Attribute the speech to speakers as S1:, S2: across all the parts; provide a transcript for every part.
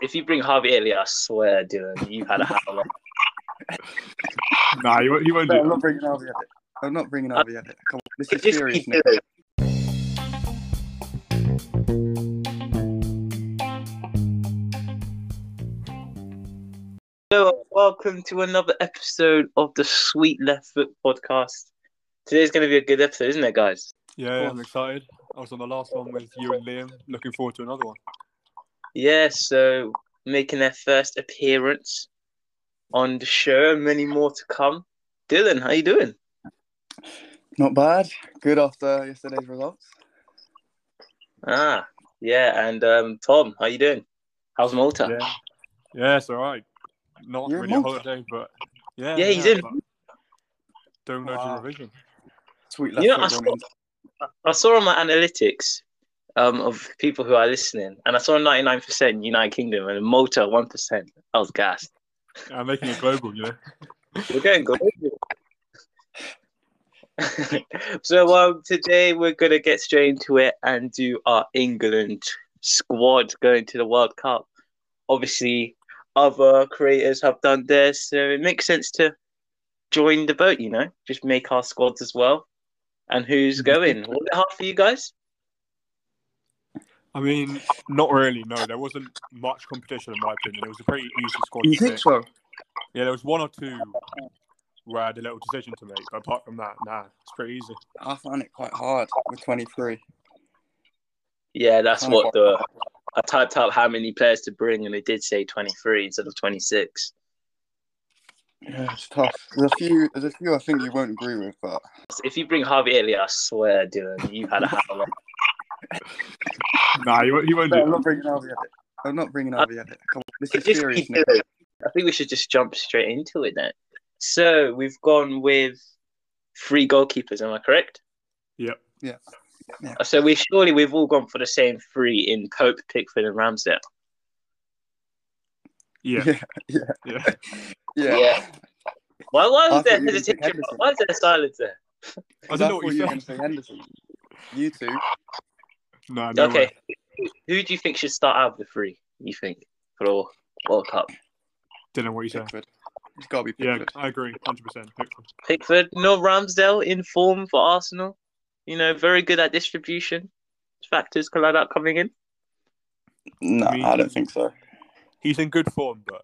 S1: if you bring Harvey Elliott, I swear, Dylan, you've had a howler.
S2: Nah, he won't, he won't
S3: No, I'm
S2: do
S3: not bringing Harvey Epic. I'm not bringing Harvey Epic. Come on, this is
S1: Just
S3: serious.
S1: keep
S3: Nick.
S1: doing it. Hello, welcome to another episode of the Sweet Left Foot podcast. Today's going to be a good episode, isn't it, guys?
S2: Yeah,
S3: Go
S2: yeah,
S3: on.
S2: I'm excited. I was on the last one with you and Liam. Looking forward to another one.
S1: Yeah, so making their first appearance on the show, many more to come. Dylan, how you doing?
S3: Not bad. Good after yesterday's results.
S1: Ah, yeah, and um, Tom, how you doing? How's Malta?
S2: Yeah, yeah, it's all right. Not
S3: You're in
S2: really a
S3: Malta.
S2: holiday, but yeah,
S1: Yeah, he's in.
S2: but Don't know
S3: Wow.
S2: to revision.
S3: Sweet
S1: You know,
S3: left
S1: I
S3: foot running.
S1: I saw on my analytics um, of people who are listening, and I saw 99% United Kingdom and Malta 1%. I was gassed.
S2: I'm making it global, you know.
S1: We're going global. so um, today we're going to get straight into it and do our England squad going to the World Cup. Obviously, other creators have done theirs, so it makes sense to join the boat, you know, just make our squads as well. And who's going? Was it hard for you guys?
S2: I mean, not really. No, there wasn't much competition in my opinion. It was a pretty easy squad.
S3: You
S2: to
S3: think
S2: pick.
S3: so?
S2: Yeah, there was one or two where I had a little decision to make, but apart from that, nah, it's pretty easy.
S3: I found it quite hard with 23.
S1: Yeah, that's
S3: Oh.
S1: what the I typed up how many players to bring, and they did say 23 instead of 26.
S3: Yeah, it's tough. There's a few. There's a few I think you won't agree with, but
S1: So if you bring Harvey Elliott, I swear, Dylan, you've had a howler.
S2: Nah, he won't, he won't do
S3: No, I'm
S2: that.
S3: not bringing Harvey Epic. I'm not bringing Harvey Epic. Come on, this is
S1: Just
S3: serious.
S1: keep
S3: Nick.
S1: doing it. I think we should just jump straight into it then. So we've gone with three goalkeepers. Am I correct?
S2: Yep.
S3: Yeah. Yeah.
S1: So we surely we've all gone for the same three in Pope, Pickford, and Ramsdale.
S2: Yeah,
S3: Yeah.
S2: yeah.
S3: Yeah.
S1: Yeah. Why? Why was
S3: I thought
S1: there
S3: you were gonna pick
S1: hesitation?
S3: Henderson.
S1: Why is there silence there?
S2: I
S3: Because
S2: don't know what
S3: thought
S2: you
S3: were
S2: said.
S3: going to say Henderson. You two.
S2: Nah, no
S1: okay.
S2: way.
S1: Who do you think should start out of the three? You think for World Cup?
S2: Didn't know what you said.
S3: Pickford. It's got to be
S2: Yeah,
S3: Pickford.
S2: I agree, hundred percent.
S1: Pickford, no Ramsdale in form for Arsenal. You know, very good at distribution. Factors can like that coming in.
S3: No,
S2: Me-
S3: I don't think so.
S2: He's in good form, but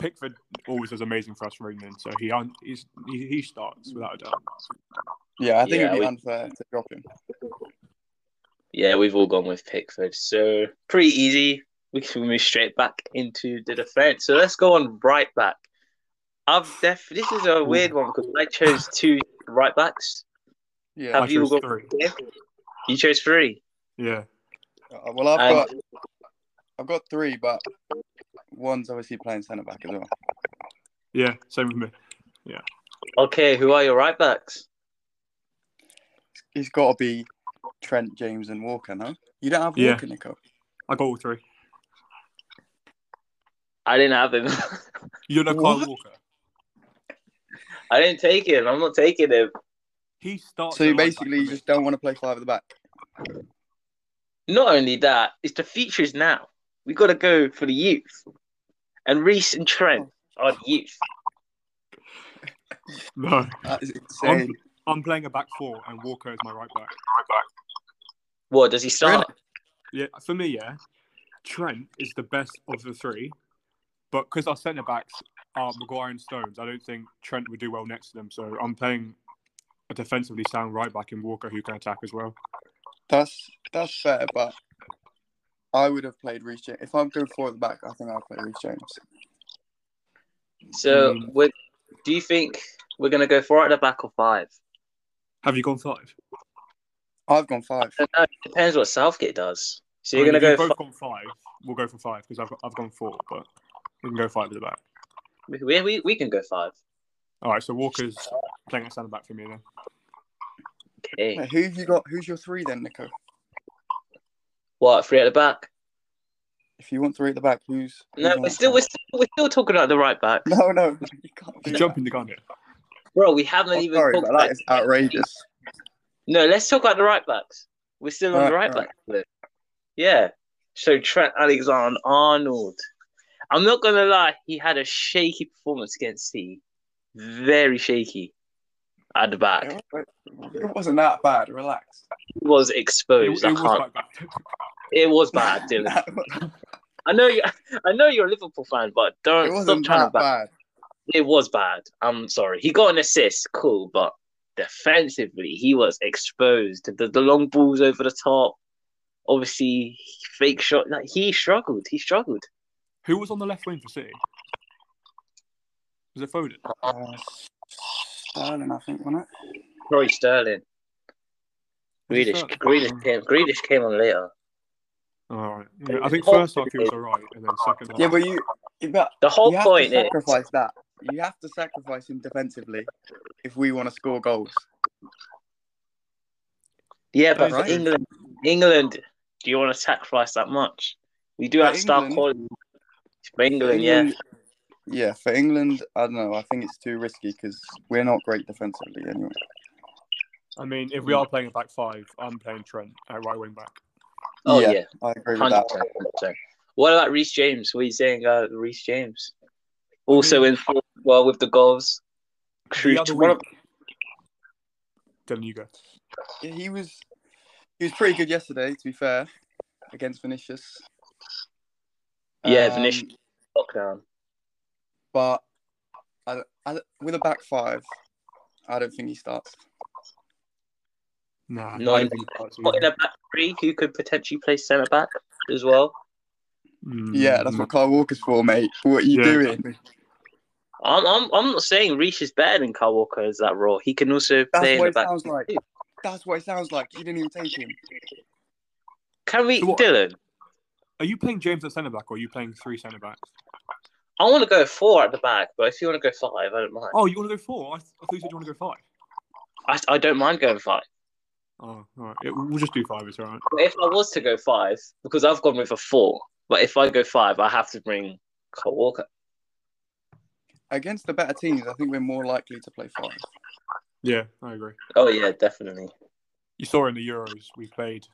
S2: Pickford always does amazing for us for England, so he un- he's, he he starts without a doubt.
S3: Yeah, I think
S1: Yeah,
S3: it'd be
S1: we-
S3: unfair to drop him.
S1: Yeah, we've all gone with Pickford. So pretty easy. We can move straight back into the defense. So let's go on right back. I've def- this is a weird one because I chose two right backs.
S3: Yeah.
S1: Have
S2: I
S1: you
S2: chose
S1: got
S2: three.
S1: You chose three.
S2: Yeah,
S3: Uh, well, I've
S1: And-
S3: got I've got three, but one's obviously playing centre back as well.
S2: yeah, same with me.
S1: okay, who are your right backs?
S3: He's got to be Trent, James, and Walker. No, you don't have
S2: Yeah.
S3: Walker, Nico.
S2: I got all three.
S1: I didn't have him.
S2: You know Kyle
S3: What?
S2: Walker.
S1: I didn't take him. I'm not taking him.
S2: He starts.
S3: So
S2: at
S3: you
S2: right back
S3: basically
S2: for
S3: you
S2: me.
S3: just don't want to play five at the back.
S1: not only that, it's the features now. We got to go for the youth. And Reese and Trent are the youth.
S2: no.
S3: That Uh, is
S2: I'm,
S3: insane.
S2: I'm playing a back four, and Walker is my right back.
S1: What does he start?
S2: Yeah, for me, yeah. Trent is the best of the three, but because our centre backs are Maguire and Stones, I don't think Trent would do well next to them. So I'm playing a defensively sound right back in Walker who can attack as well.
S3: That's that's fair, but I would have played Reece James. If I'm going four at the back, I think I'll play Reece James.
S1: So,
S2: Mm.
S1: we're, do you think we're going to go four at the back or five?
S2: Have you gone five?
S3: I've gone five.
S1: I don't know. Uh, It depends what Southgate does. So, you're
S2: I mean,
S1: going to
S2: if
S1: go.
S2: you've
S1: Five.
S2: Oh, both gone five. We'll go for five because I've, got- I've gone four, but we can go five at the back.
S1: We, we, we can go five.
S2: All right, so Walker's playing at centre back for me then.
S1: Okay.
S3: Wait, who have you got? Who's your three then, Nico?
S1: What, three at the back?
S3: If you want three at the back, who's? who's
S1: No,
S3: on
S1: we're
S3: that
S1: still,
S3: side?
S1: we're still, we're still talking about the right back.
S3: No, no, you can't do
S2: He's
S3: that.
S2: jumping the gun here.
S1: Bro, we haven't
S3: I'm
S1: even
S3: Oh, sorry,
S1: talked
S3: but
S1: about.
S3: that is outrageous.
S1: No, let's talk about the right backs. We're still on the
S3: Right,
S1: right
S3: right.
S1: back. list. Yeah. So, Trent Alexander Arnold. I'm not gonna lie, he had a shaky performance against City. Very shaky at the back.
S3: It wa- it wasn't that bad. Relax.
S1: He was
S2: It,
S1: exposed.
S2: it
S1: I
S2: was
S1: can't.
S2: quite bad.
S1: It was bad, Dylan.
S3: That wa-
S1: I know you. I know you're a Liverpool fan, but
S3: it
S1: don't stop
S3: wasn't
S1: trying to.
S3: that
S1: Back.
S3: bad.
S1: It was bad. I'm sorry. He got an assist, cool, but defensively he was exposed. The, the long balls over the top. Obviously, fake shot. Like he struggled. He struggled.
S2: Who was on the left wing for City? Was it Foden?
S3: Uh, Sterling, I think, wasn't it?
S1: Roy Sterling.
S2: Was it
S1: Grealish,
S2: Sterling?
S1: Grealish came. Grealish came on later.
S2: All right. Yeah, I think first half he was all right, and then second half.
S3: Yeah, but you, you but
S1: The whole
S3: you have
S1: point
S3: to
S1: is,
S3: sacrifice that. You have to sacrifice him defensively if we want to score goals.
S1: yeah, but
S3: Right.
S1: for England, England, do you want to sacrifice that much? We do
S3: For
S1: have star
S3: England?
S1: quality. For
S3: For
S1: England, yeah.
S3: Yeah, for England, I don't know. I think it's too risky because we're not great defensively anyway.
S2: I mean, if we are playing a back five, I'm playing Trent at right wing back.
S1: Oh
S3: Yeah.
S1: yeah,
S3: I agree with
S1: hundred
S3: that.
S1: percent. What about Reece James? What are you saying, uh, Reece James? Also in form as well with the goals.
S2: The
S1: Crucial.
S2: other
S1: One of-
S2: week, Dylan, you go.
S3: Yeah, he was he was pretty good yesterday, to be fair, against Vinicius.
S1: Yeah,
S3: Um,
S1: Vinicius. lockdown.
S3: But I, don't- I, don't- with a back five, I don't think he starts.
S2: Nah,
S1: No,
S2: I
S1: in
S2: don't think that's
S1: What in
S2: easy.
S1: a back three who could potentially play centre back as well?
S2: Mm,
S3: Yeah, that's
S2: no.
S3: what Kyle Walker's for, mate. What are you
S2: Yeah,
S3: doing?
S2: exactly.
S1: I'm, I'm, I'm not saying Reece is better than Kyle Walker as that role. He can also play
S3: That's
S1: in
S3: what
S1: the
S3: it
S1: back.
S3: sounds like.
S1: too.
S3: That's what it sounds like. You didn't even take him.
S1: Can we,
S2: So what-
S1: Dylan?
S2: Are you playing James at centre back or are you playing three centre backs?
S1: I want to go four at the back, but if you want to go five, I don't mind.
S2: Oh, you want to go four? I, th- I thought you said you want to go five.
S1: I, I don't mind going five.
S2: Oh, all right. Yeah, we'll just do five. It's all right.
S1: But if I was to go five, because I've gone with a four, but if I go five, I have to bring Kyle Walker.
S3: Against the better teams, I think we're more likely to play five.
S2: Yeah, I agree.
S1: Oh yeah, definitely.
S2: You saw in the Euros, we played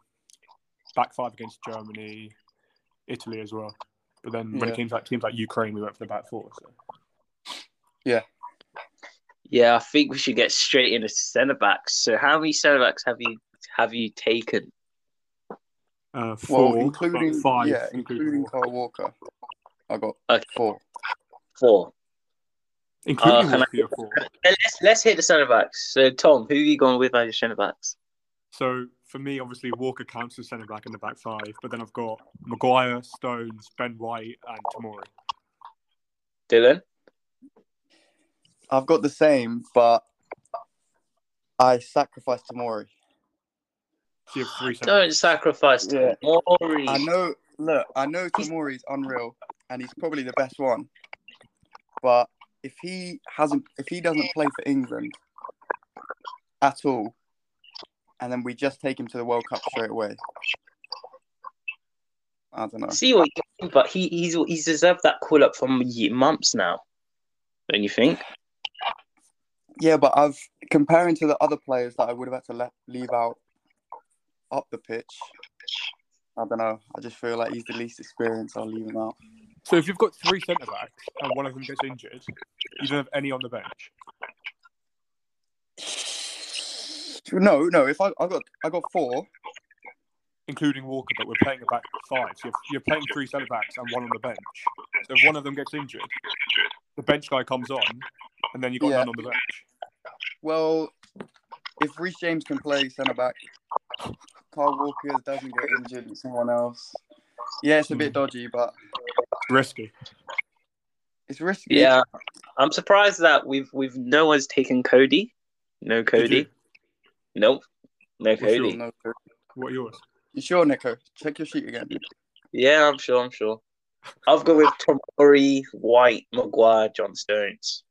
S2: back five against Germany, Italy as well. But then when
S3: Yeah.
S2: it came to like, teams like Ukraine, we went for the back four. So.
S1: Yeah, I think we should get straight into centre backs. So how many centre backs have you have you taken?
S2: Uh,
S3: Well,
S2: four,
S3: including
S2: but five,
S3: yeah, including Kyle Walker, I got
S1: Okay.
S3: four.
S1: Four. Uh,
S2: including
S1: can I-
S2: Walker, four.
S1: And let's let's hit the centre backs. So Tom, who have you gone with as your centre backs?
S2: So for me, obviously Walker counts as centre back in the back five, but then I've got Maguire, Stones, Ben White, and Tamori.
S1: Dylan.
S3: I've got the same, but I sacrificed Tamori.
S2: So you have three centre
S1: Don't sacrifice
S3: Yeah.
S1: Tomori.
S3: I know. Look, I know Tamori's unreal, and he's probably the best one. But if he hasn't, if he doesn't play for England at all, and then we just take him to the World Cup straight away, I don't know.
S1: See what you think, but he, he's he's deserved that call up from ye- months now. Don't you think?
S3: Yeah, but I've comparing to the other players that I would have had to le- leave out up the pitch. I don't know. I just feel like he's the least experienced. I'll leave him out.
S2: So if you've got three centre backs and one of them gets injured, you don't have any on the bench.
S3: No, no. If I, I got, I got four.
S2: including Walker, but we're playing a back five. So you're, you're playing three centre backs and one on the bench. So if one of them gets injured, the bench guy comes on, and then you got
S3: Yeah.
S2: none on the bench.
S3: Well, if Reece James can play centre back, Carl Walker doesn't get injured with someone else. Yeah, it's a bit
S2: Hmm.
S3: dodgy, but
S2: Risky.
S3: it's risky.
S1: Yeah, I'm surprised that we've we've no one's taken Cody. No
S2: Did
S1: Cody.
S2: you-
S1: Nope. No
S2: sure.
S1: Cody.
S3: No,
S2: What are yours?
S3: you sure, Nico? Check your sheet again.
S1: Yeah, I'm sure. I'm sure. I've got with Tomori, White, Maguire, John Stones.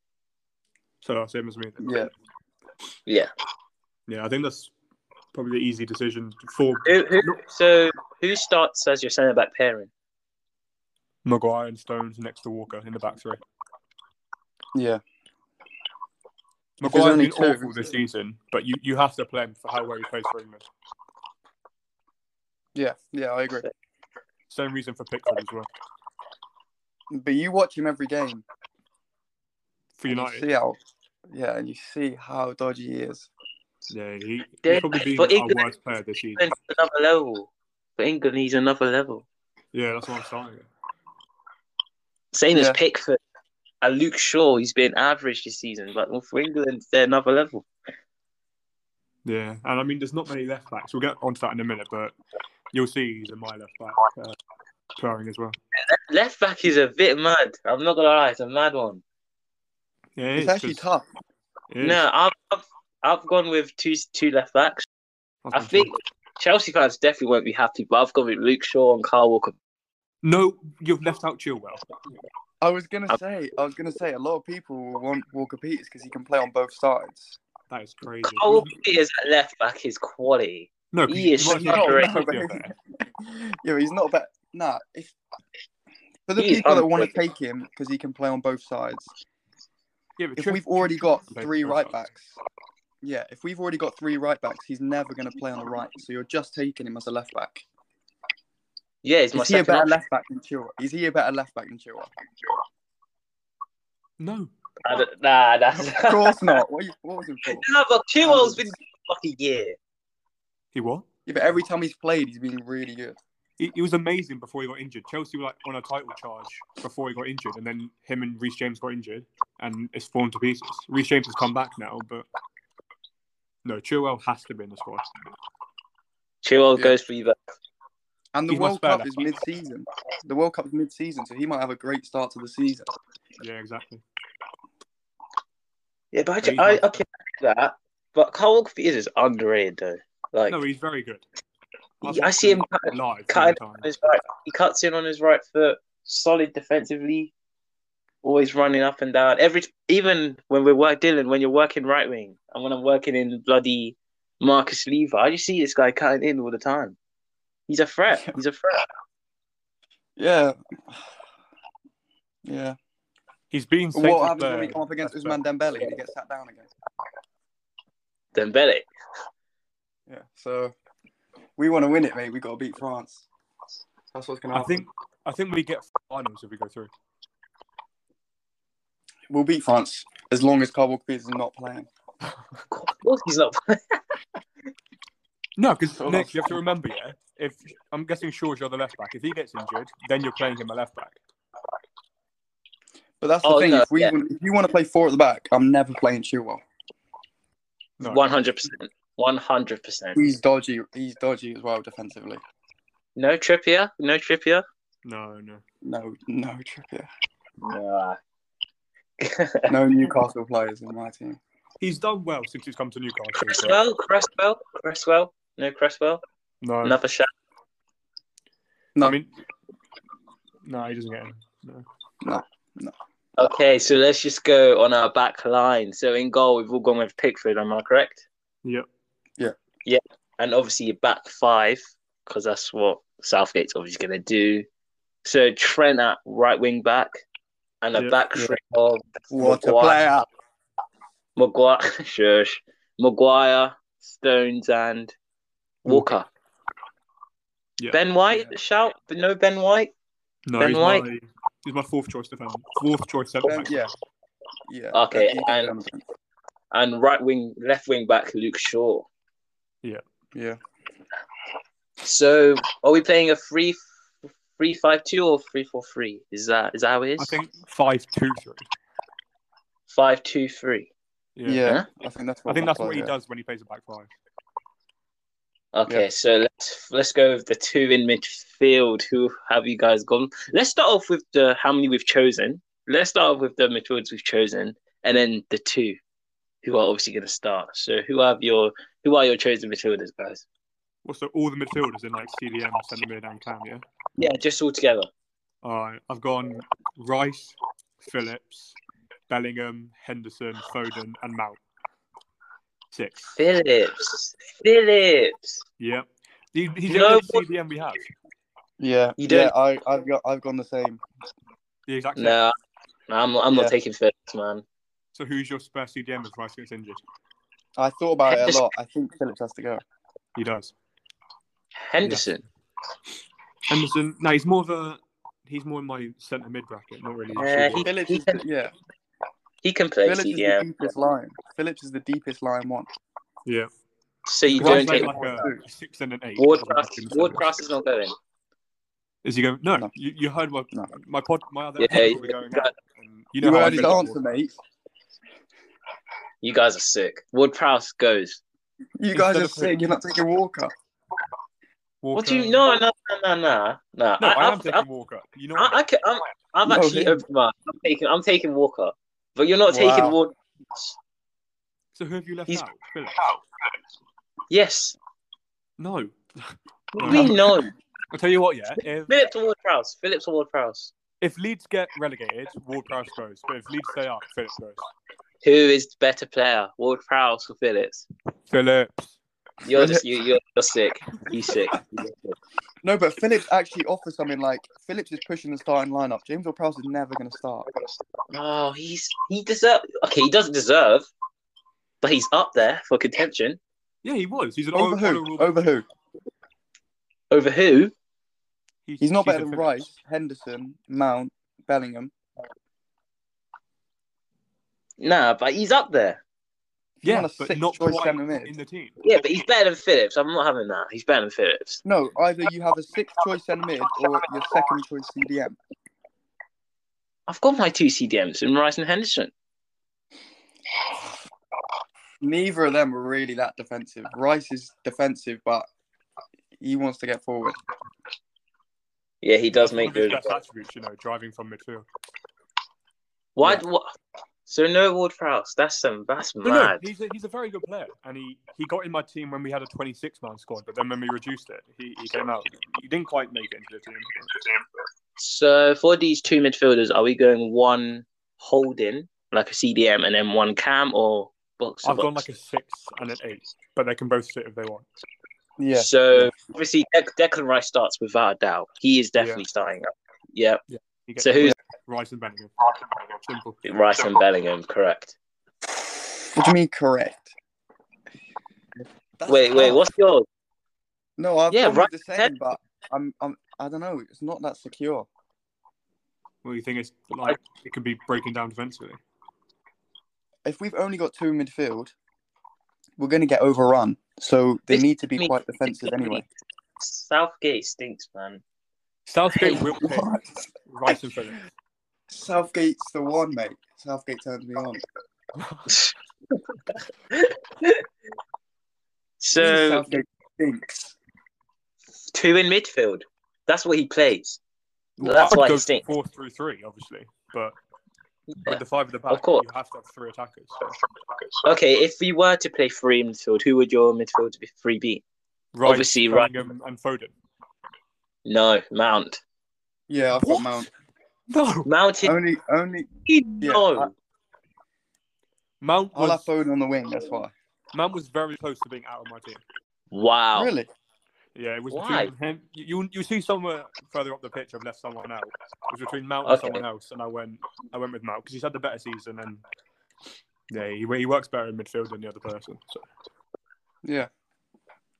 S2: So same as me. then.
S3: Yeah.
S1: Yeah.
S2: Yeah, I think that's probably the easy decision for
S1: Who, who, so who starts as your centre back pairing?
S2: Maguire and Stones next to Walker in the back three.
S3: Yeah. If there's
S2: Maguire's
S3: only
S2: been
S3: two-
S2: awful this season, but you, you have to play him for how well he plays for England.
S3: Yeah. Yeah. I agree.
S2: Same reason for Pickford as well.
S3: But you watch him every game.
S2: for
S3: and you
S2: United.
S3: see how, yeah, and you see how dodgy he is.
S2: Yeah, he,
S1: They're-
S2: he's probably been
S1: for
S2: our
S1: England-
S2: worst player this season.
S1: England's another level. For England, he's another level.
S2: Yeah, that's what I'm starting. at.
S1: Same as
S3: Yeah.
S1: Pickford and Luke Shaw. He's been average this season, but for England, they're another level.
S2: Yeah, and I mean, there's not many left backs. We'll get onto that in a minute, but you'll see he's in my left back uh, playing as well.
S1: Left back is a bit mad. I'm not gonna lie, it's a mad one.
S2: Yeah, it
S3: It's,
S2: is,
S3: actually
S2: 'cause
S3: tough.
S2: it is.
S1: No, I've, I've I've gone with two two left backs. I
S2: That's what I'm
S1: think Chelsea fans definitely won't be happy, but I've gone with Luke Shaw and Carl Walker.
S2: No, you've left out Chilwell.
S3: I was gonna
S1: I-
S3: say, I was gonna say, a lot of people will want Walker Peters because he can play on both sides.
S2: That is crazy.
S1: Carl Walker Peters at left back is quality.
S2: no, 'cause
S1: Oh, he
S2: you
S1: is
S2: might as well
S1: not
S2: put
S1: great.
S2: Trippier there.
S3: yeah, but he's not bad. Nah, it's for the
S1: He is
S3: people that want to
S1: unbelievable.
S3: take him because he can play on both sides.
S2: Yeah, but
S3: If
S2: Tripp-
S3: we've already got
S2: Trippier can play
S3: three
S2: both
S3: right
S2: sides.
S3: backs, yeah, if we've already got three right backs, he's never going to play on the right. So you're just taking him as a left back.
S1: Yeah, it's my
S3: Is he a
S1: second
S3: better
S1: option.
S3: left back than Chilwell? Is he a better left back than Chilwell?
S2: No,
S1: I don't- Nah, that's
S3: of course not. What, are you, what was him for?
S1: nah, but Chilwell's been good for like a year.
S2: he what?
S3: Yeah, but every time he's played, he's been really good.
S2: He, he was amazing before he got injured. Chelsea were like on a title charge before he got injured, and then him and Reece James got injured, and it's fallen to pieces. Reece James has come back now, but no, Chilwell has to be in the squad.
S1: Chilwell
S3: Yeah.
S1: goes for either.
S3: And the
S2: He's much
S3: World
S2: better
S3: Cup is
S2: left back.
S3: mid-season. The World Cup's mid-season, so he might have a great start to the season.
S2: Yeah, exactly.
S1: Yeah, but
S2: He's
S1: I, I
S2: not-
S1: okay I like that. But Carl Walker Peters is underrated though. Like
S2: No, he's very good.
S1: he-
S2: I've
S1: I see him
S2: watched
S1: cut,
S2: live.
S1: kind
S2: many
S1: on
S2: times.
S1: his right. He cuts in on his right foot, solid defensively, always running up and down. Every even when we're work Dylan, when you're working right wing, and when I'm working in bloody Marcus Lever, I just see this guy cutting in all the time. He's a threat. He's a threat.
S3: Yeah. Yeah.
S2: He's been
S3: But what
S2: safest
S3: happens when we
S2: player.
S3: come up against
S2: That's
S3: Usman Dembele and he gets sat down again?
S1: Dembele.
S3: Yeah. So we want to win it, mate. We got to beat France. That's what's going to
S2: I
S3: happen.
S2: think I think we get finals if we go through.
S3: we'll beat France as long as Carl Walker Peters is not playing.
S1: Of course, he's not.
S2: No, because
S3: Oh,
S2: Nick, you have to remember, yeah. If I'm guessing Shaw's your other left back, if he gets injured, then you're playing him a left back.
S3: But that's the
S1: Oh,
S3: thing.
S1: no,
S3: if we
S1: yeah.
S3: want- if you want to play four at the back, I'm never playing Chilwell.
S2: No.
S1: One hundred percent. One hundred percent.
S3: He's dodgy. He's dodgy as well defensively.
S1: No Trippier. No Trippier.
S2: No, no.
S3: No, no Trippier.
S1: Nah.
S3: No Newcastle players in my team.
S2: He's done well since he's come to Newcastle. but-
S1: Cresswell, Cresswell, Cresswell. No Cresswell.
S2: No,
S1: Another shot.
S3: No,
S2: I mean, no, he doesn't get him. No.
S1: Okay, so let's just go on our back line. So in goal, we've all gone with Pickford. Am I correct?
S2: Yep.
S1: And obviously your back five, because that's what Southgate's obviously going to do. So Trent at right wing back, and a
S2: Yeah.
S1: back
S3: Yeah.
S1: three of
S3: what a
S1: Maguire.
S3: player!
S1: Maguire, shush, Maguire, Stones, and Walker.
S2: Yeah.
S1: Ben White,
S3: Yeah.
S1: shout, but no Ben White.
S2: No,
S1: Ben
S2: he's
S1: White.
S2: my he's my fourth choice defender. Fourth choice centre
S3: Um,
S2: back.
S3: yeah, yeah.
S1: Oh Okay,
S3: that- that-
S1: and- and right wing, left wing back Luke Shaw.
S3: yeah,
S1: So are we playing a three, three five two or three four three? Is that is that how it is?
S2: I think five two three.
S1: five two three.
S3: yeah,
S2: Yeah.
S3: I think that's
S2: I
S3: what we'll
S2: think that's
S3: play,
S2: what he
S3: yeah.
S2: does when he plays a back five.
S1: Okay,
S3: Yeah.
S1: so let's let's go with the two in midfield. Who have you guys gone? Let's start off with the how many we've chosen. Let's start off with the midfields we've chosen, and then the two who are obviously going to start. So who have your who are your chosen midfielders, guys?
S2: Well, so all the midfielders in like CDM, centre mid, and Cam. Yeah.
S1: Yeah, just all together.
S2: All right. I've gone Rice, Phillips, Bellingham, Henderson, Foden, and Mount. Six.
S1: Phillips, Phillips.
S2: Yeah. He, he's
S1: No,
S2: the
S1: but-
S2: only CDM we have.
S3: Yeah,
S1: You
S3: yeah.
S1: don't-
S3: I, I've got, I've gone the same.
S2: The exact same.
S1: No, no, I'm I'm
S3: Yeah.
S1: not taking Phillips, man.
S2: So who's your spare CDM if Rice gets injured?
S3: I thought about it a
S1: Henderson.
S3: lot. I think Phillips has to go.
S2: He does.
S1: Henderson.
S2: Henderson. No, he's more of a he's more in my centre mid bracket, not really.
S1: Yeah,
S2: CDM.
S1: he-
S3: Phillips, is
S1: can-
S3: the, yeah.
S1: He can play
S3: Phillips is the
S1: CDM,
S3: deepest line. Phillips is the deepest line one.
S2: yeah.
S1: so you
S2: He's
S3: Well,
S1: don't
S2: like
S1: take
S3: like-
S2: a, a six and an eight.
S1: Wardcross.
S2: Something like that.
S1: Wardcross is not going.
S2: Is he going? No,
S3: No.
S2: You, you heard my
S3: No.
S2: my pod, my other
S1: Yeah,
S2: episode
S1: you-
S2: will be going
S1: you-
S2: out. and You
S3: You,
S2: know how I
S3: heard his
S2: feel about
S3: answer, mate.
S1: You guys are sick. Ward Prowse goes.
S3: You guys
S2: Instead
S3: are
S2: of putting-
S3: sick. You're not taking Walker.
S2: Walker.
S1: What do you? No, no, no, no, no. No,
S2: No, I,
S1: I,
S2: am
S1: I've,
S2: taking
S1: I've,
S2: Walker. You know,
S1: I, I can, I'm, I'm
S3: No,
S1: actually
S3: him.
S1: open mind. I'm taking, I'm taking Walker, but you're not taking
S3: Wow.
S1: Ward.
S2: so who have you left
S1: He's-
S2: out? Phillips.
S1: Yes,
S2: No,
S1: What
S2: No.
S1: do you mean no.
S2: I'll tell you what. Yeah, if,
S1: Phillips or Ward Prowse. Phillips or Ward Prowse.
S2: if Leeds get relegated, Ward Prowse goes. But if Leeds stay up, Phillips goes.
S1: Who is the better player, Ward Prowse or Phillips?
S2: Phillips.
S1: You're just you, you're, you're sick. You sick. You sick.
S3: No, but Phillips actually offers something like Phillips is pushing the starting lineup. James Ward Prowse is never going to start.
S1: No, Oh, he's he deserve. Okay, he doesn't deserve, but he's up there for contention.
S2: Yeah, he was. He's an
S3: Over who?
S2: honourable-
S3: Over who?
S1: Over who?
S3: He's not
S2: he's
S3: better
S2: a
S3: than
S2: Phillips.
S3: Rice, Henderson, Mount, Bellingham.
S1: Nah, but he's up there.
S3: If you
S2: Yeah,
S3: want a
S2: but
S3: sixth
S2: not
S3: choice
S2: quite
S3: centre mid.
S2: in the team.
S1: Yeah, but he's better than Phillips. I'm not having that. He's better than Phillips.
S3: No, either you have a sixth choice centre mid or your second choice CDM.
S1: I've got my two CDMs in Rice and Henderson.
S3: Neither of them are really that defensive. Rice is defensive, but he wants to get forward.
S1: Yeah, he does
S2: That's
S1: make
S2: one of his
S1: good.
S2: best attributes, you know, driving from midfield.
S1: Why?
S3: Yeah.
S1: What? So no Ward Prowse. That's some. That's
S2: But no,
S1: mad.
S2: he's a, he's a very good player, and he, he got in my team when we had a 26 man squad, but then when we reduced it, he, he came out. He didn't quite make it into the team.
S1: So for these two midfielders, are we going one holding like a CDM and then one cam or box? to
S2: I've gone
S1: box?
S2: like a six and an eight, but they can both sit if they want.
S3: Yeah.
S1: So obviously, De- Declan Rice starts without a doubt. He is definitely starting up. Yeah,
S2: He gets
S1: So who's-
S2: Rice and Bellingham? Simple.
S1: Rice and Bellingham, correct.
S3: What do you mean correct? That's
S1: wait, wait,
S3: tough.
S1: what's yours?
S3: No, I've
S1: Yeah,
S3: yeah,
S1: right-
S3: the same, but I'm, I'm, I don't know. It's not that secure.
S2: Well, you think it's like it could be breaking down defensively.
S3: If we've only got two in midfield, we're going to get overrun. So they
S1: This-
S3: need to be
S1: me-
S3: quite defensive anyway.
S1: Southgate stinks, man.
S2: Southgate will pick
S3: What?
S2: Rice and Phillips.
S3: Southgate's the one, mate. Southgate turns me on.
S1: So
S3: Southgate stinks.
S1: two in midfield. That's what he plays.
S2: Well,
S1: That's
S2: I would
S1: why
S2: go
S1: he stinks.
S2: four through three, obviously, but
S1: Yeah.
S2: with the five at the back,
S1: Of course.
S2: you have to have three attackers.
S1: Okay, if you were to play three in midfield, who would your midfield be three be?
S2: Rice,
S1: Obviously, right-
S2: Bellingham, and Foden.
S1: No, Mount.
S3: Yeah, I've
S2: What?
S3: got Mount.
S2: No,
S1: Mount is
S3: Only, only. yeah,
S1: no.
S3: I-
S2: Mount
S3: I'll
S2: was
S3: have Foden on the wing. That's why.
S2: Mount was very close to being out of my team.
S1: Wow.
S3: Really?
S2: Yeah, it was
S1: Why?
S2: between him. You you see somewhere further up the pitch, I've left someone out. It was between Mount and
S1: Okay.
S2: someone else, and I went I went with Mount because he's had the better season, and yeah, he, he works better in midfield than the other person. So
S3: Yeah.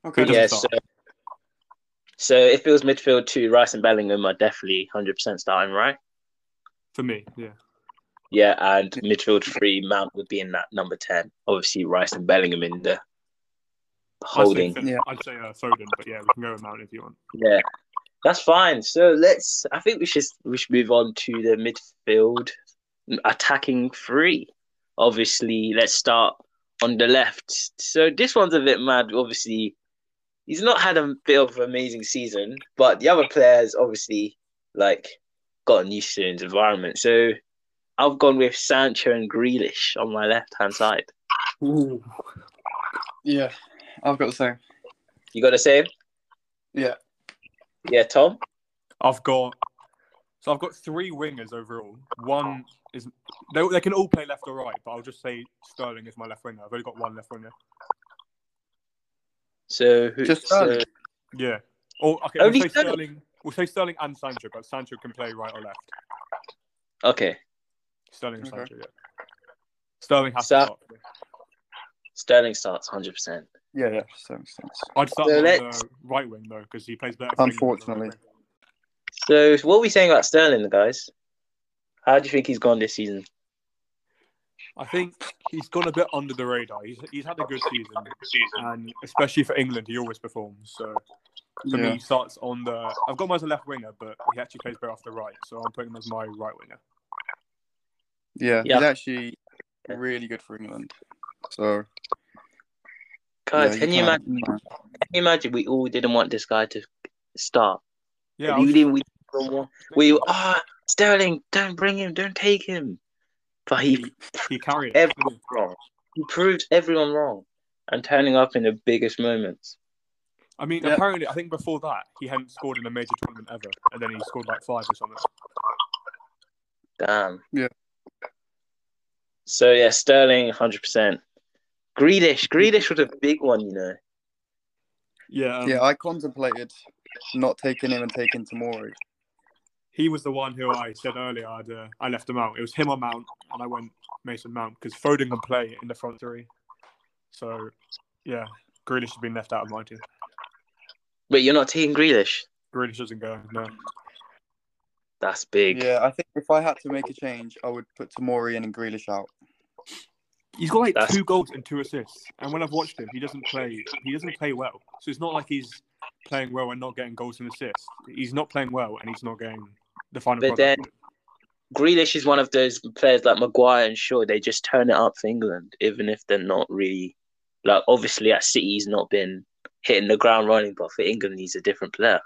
S3: Okay.
S2: Who doesn't
S1: Yeah, so,
S2: start?
S1: so if it was midfield two, Rice and Bellingham are definitely 100% starting, right?
S2: for me, yeah,
S1: Yeah, and midfield three, Mount would be in that number 10. Obviously, Rice and Bellingham in the holding.
S2: I'd say, Phil-
S3: Yeah.
S2: I'd say uh, Foden, but yeah, we can go with Mount if you want.
S1: Yeah, that's fine. So let's, I think we should, we should move on to the midfield attacking three. Obviously, let's start on the left. So this one's a bit mad, obviously. He's not had a bit of an amazing season, but the other players obviously like gotten used to his environment. So I've gone with Sancho and Grealish on my left hand side.
S3: Yeah. I've got the same.
S1: You got the same?
S3: Yeah.
S1: Yeah, Tom?
S2: I've got so I've got three wingers overall. One is they, they can all play left or right, but I'll just say Sterling is my left winger. I've only got one left winger.
S1: So who
S3: Just
S1: so,
S3: Sterling.
S2: Yeah. Or okay,
S1: Only
S2: we'll say
S1: Sterling.
S2: Sterling. We'll say Sterling and Sancho, but Sancho can play right or left.
S1: Okay.
S2: Sterling and
S3: Okay.
S2: Sancho. Yeah. Sterling has
S1: Sa-
S2: to start.
S1: Sterling starts hundred percent.
S3: Yeah. Yeah. So, so- so.
S2: I'd start uh,
S1: So
S2: him on
S1: let's-
S2: the right wing though, because he plays better. for England than
S3: Unfortunately.
S2: right wing.
S1: So, what are we saying about Sterling, guys? How do you think he's gone this season?
S2: I think he's gone a bit under the radar. He's, he's had a good season, and especially for England, he always performs. So for me,
S3: Yeah.
S2: he starts on the. I've got him as a left winger, but he actually plays better off the right, so I'm putting him as my right winger.
S3: Yeah,
S1: Yeah.
S3: he's actually really good for England. So
S1: God,
S3: yeah,
S1: can you
S3: can't-
S1: imagine? Can you imagine we all didn't want this guy to start?
S2: Yeah, I
S1: we
S2: was
S1: didn't. We, didn't want- we
S2: thinking
S1: ah Sterling, don't bring him, don't take him. But he
S2: he, he carried it.
S1: everyone wrong. He proved everyone wrong, and turning up in the biggest moments.
S2: I mean,
S3: Yeah.
S2: apparently, I think before that he hadn't scored in a major tournament ever, and then he scored like five or something.
S1: Damn.
S3: Yeah.
S1: So yeah, Sterling, hundred percent. Greedish, Greedish was a big one, you know.
S2: Yeah, um,
S3: yeah, I contemplated not taking him and taking Tamori.
S2: he was the one who I said earlier I'd, uh, I left him out. It was him on Mount, and I went Mason Mount because Foden can play in the front three. So, yeah, Grealish has been left out of my team.
S1: But you're not taking Greedish.
S2: Grealish doesn't go. No,
S1: That's big.
S3: Yeah, I think if I had to make a change, I would put Tamori in and Grealish out.
S2: he's got like
S1: That's-
S2: two goals and two assists. And when I've watched him, he doesn't play. He doesn't play well. So it's not like he's playing well and not getting goals and assists. He's not playing well, and he's not getting the final.
S1: But
S2: product.
S1: Grealish is one of those players like Maguire and Shaw. They just turn it up for England, even if they're not really like. Obviously, at City, he's not been hitting the ground running, but for England, he's a different player.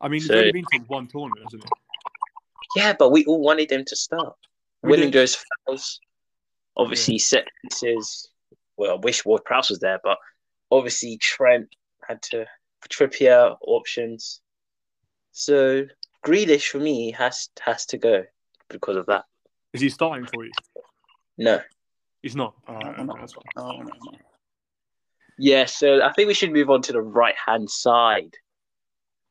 S2: I mean, he's
S1: so-
S2: only been to one tournament, hasn't he?
S1: Yeah, but we all wanted him to start.
S2: We
S1: Winning
S2: did.
S1: those fouls, obviously set pieces. Well, I wish Ward Prowse was there, but obviously Trent had to Trippier options. So Grealish for me has has to go because of that.
S2: Is he starting for you?
S1: No.
S2: He's not. Uh,
S3: No, no, no.
S2: that's fine.
S3: Oh, no, no.
S1: Yeah, so I think we should move on to the right hand side.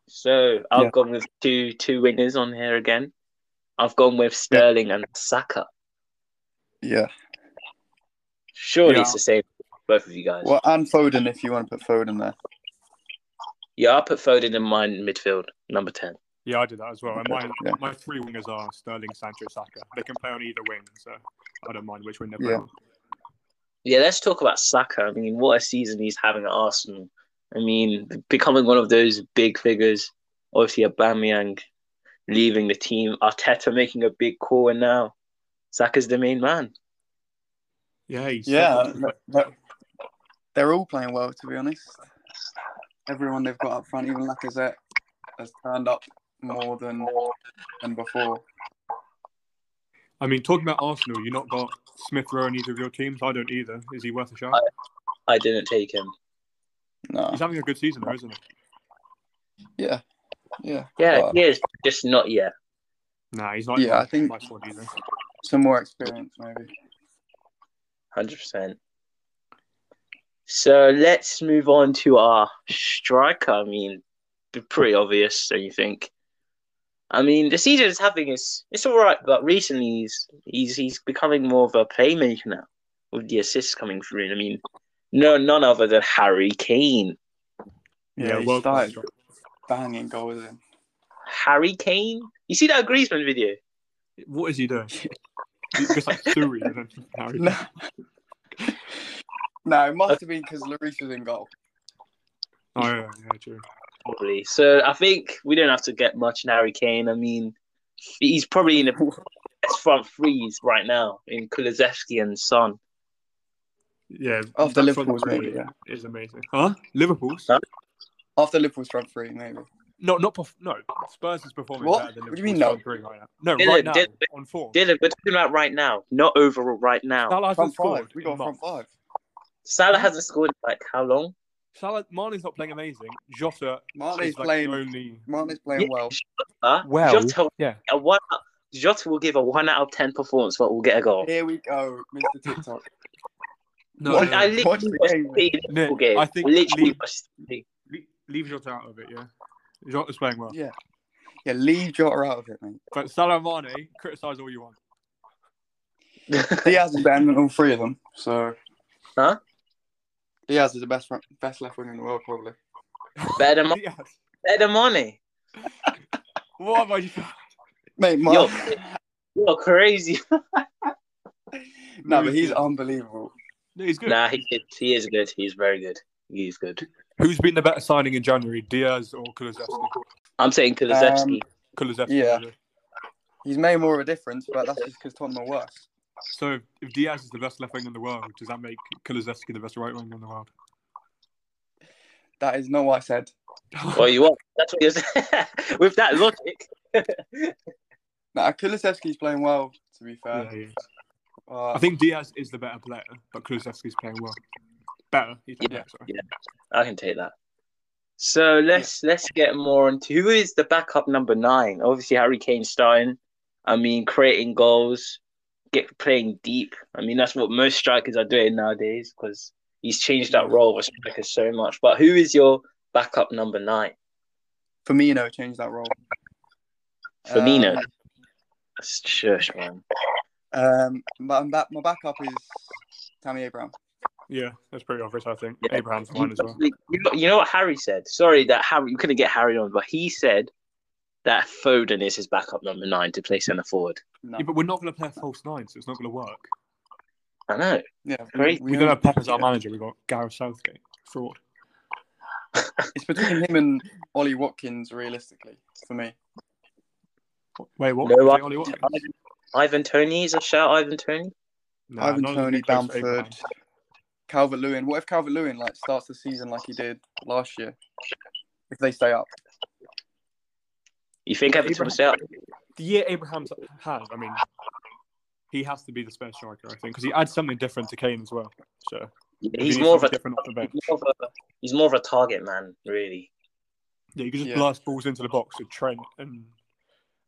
S1: So I've
S2: Yeah.
S1: gone with two two wingers on here again. I've gone with Sterling and Saka.
S3: Yeah.
S1: Surely
S2: Yeah.
S1: it's the same for both of you guys.
S3: Well, and Foden if you want to put Foden there.
S1: Yeah, I'll put Foden in mine midfield, number ten.
S2: Yeah, Oh, I did that as well. And my
S3: Yeah.
S2: my three wingers are Sterling, Sancho, Saka. They can play on either wing, so I don't mind which wing they play
S3: Yeah.
S2: on.
S1: Yeah, let's talk about Saka. I mean, what a season he's having at Arsenal. I mean, becoming one of those big figures. Obviously, Aubameyang leaving the team, Arteta making a big call, and now Saka's the main man.
S2: Yeah, he's
S3: Yeah, but they're all playing well to be honest. Everyone they've got up front, even Lacazette, has turned up more than than before.
S2: I mean, talking about Arsenal, you not got Smith Rowe in either of your teams. I don't either. Is he worth a shot?
S1: I didn't take him.
S3: No,
S2: He's having a good season, though, isn't he?
S3: yeah, yeah,
S1: Yeah,
S3: But
S1: he is, just not yet.
S2: Nah, he's not.
S3: Yeah,
S2: my-
S3: I think-
S2: my squad either.
S3: some more experience maybe.
S1: Hundred percent. So let's move on to our striker. I mean, be pretty obvious, don't you think? I mean, the season is having is it's all right, but recently he's he's he's becoming more of a playmaker now with the assists coming through. And I mean, no, none other than Harry Kane.
S3: Yeah, he
S2: well-
S3: started banging goals in.
S1: Harry Kane. You see that Griezmann video?
S2: What is he doing? He's just like Suri, isn't he? Harry?
S3: No, no, it must have been because Lloris was in goal.
S2: Oh, yeah, yeah, true.
S1: Probably. So I think we don't have to get much in Harry Kane. I mean, he's probably in the best front threes right now in Kulusevski and Son.
S2: Yeah.
S3: After
S2: that front
S3: Liverpool's
S2: three
S3: maybe, yeah.
S2: Is amazing. Huh? Liverpool's?
S1: Huh?
S3: After Liverpool's front three, maybe.
S2: No, not perf- no. Spurs is performing
S3: What?
S2: better than
S3: What do you mean,
S2: Liverpool's
S3: no?
S2: front three Right now. No,
S1: Dylan,
S2: right now
S1: Dylan.
S2: on form.
S1: Dylan, we're talking about right now, not overall right now.
S2: Salah
S3: Front
S2: hasn't
S3: five.
S2: scored.
S3: We got
S2: in
S3: a front
S2: months.
S3: five.
S1: Salah hasn't scored in, like how long?
S2: Salah, Mane's not playing amazing. Jota
S3: Martin's
S2: is like
S3: playing.
S2: only.
S3: Martin's playing well.
S1: Jota,
S2: Well,
S1: Jota, will
S2: yeah.
S1: get a one, Jota will give a one out of ten performance, but will get a goal.
S3: Here we go, Mr. TikTok.
S2: No,
S1: Like,
S2: no,
S1: I
S2: no.
S1: literally
S3: Watch the
S1: watched
S3: game.
S1: the Liverpool
S2: Nick,
S1: game.
S2: I think
S1: literally
S2: leave,
S1: watched the-
S2: le- leave Jota out of it. Yeah, Jota's playing well.
S3: Yeah. Yeah, leave Jota out of it, mate.
S2: But Salah and Mane, criticize all you want.
S3: Diaz is better than all three of them, so.
S1: Huh?
S3: Diaz is the best front- best left wing in the world, probably.
S1: better, mo-
S2: Diaz.
S1: better money.
S2: What am I?
S3: Mate, my,
S1: Yo. You're crazy.
S3: no, but he's unbelievable.
S2: No, he's good.
S1: nah, he, he is good. He's very good. He's good.
S2: Who's been the better signing in January, Diaz or Kulusevski?
S1: I'm saying Kulusevski.
S3: Um,
S2: Kulusevski.
S3: Yeah. He's made more of a difference, but that's just because Tottenham are worse.
S2: So if- if Diaz is the best left wing in the world, does that make Kulusevski the best right wing in the world?
S3: That is not what I said.
S1: well, you are. That's what you're saying. With that logic.
S3: Nah, Kulisevsky's playing well, to be fair.
S2: Yeah, yeah.
S3: Uh,
S2: I think Diaz is the better player, but Kulusevski's playing well. Better. He's playing
S1: Yeah.
S2: better, sorry.
S1: I can take that. So let's let's get more into who is the backup number nine. Obviously, Harry Kane starting. I mean, creating goals, get playing deep. I mean, that's what most strikers are doing nowadays because he's changed that role of a striker so much. But who is your backup number nine?
S3: Firmino changed that role.
S1: Firmino.
S3: Um,
S1: That's shush, man.
S3: Um, but I'm back, my backup is Tammy Abraham.
S2: Yeah, that's pretty obvious, I think.
S1: Yeah.
S2: Abraham's mine as well.
S1: You know- you know what Harry said? Sorry that Harry, you couldn't get Harry on, but he said that Foden is his backup number nine to play centre forward.
S3: No.
S2: Yeah, but we're not going to play a false nine, so it's not going to work.
S1: I know.
S3: Yeah,
S1: Great.
S2: We, don't have Pep as our
S3: yeah.
S2: manager. We've got Gareth Southgate. Fraud.
S3: It's between him and Ollie Watkins, realistically, for me.
S2: Wait, what?
S1: No,
S2: Is it
S1: I-
S2: Ollie Watkins?
S1: Ivan Tony is a shout. Ivan Tony.
S2: Nah,
S3: Ivan
S2: none of them
S3: Tony,
S2: get close to
S3: Bamford.
S2: Abraham.
S3: Calvert Lewin. What if Calvert Lewin like starts the season like he did last year? If they stay up,
S1: You think
S2: Yeah,
S1: Everton
S2: Abraham-
S1: will stay up?
S2: The year Abraham's had, I mean, he has to be the spare striker, I think, because he adds something different to Kane as well. So if
S1: He's
S2: he needs
S1: more of a
S2: something different off the bench.
S1: he's more of a, he's more of a target man, really.
S2: Yeah, you can just
S3: Yeah.
S2: blast balls into the box with Trent and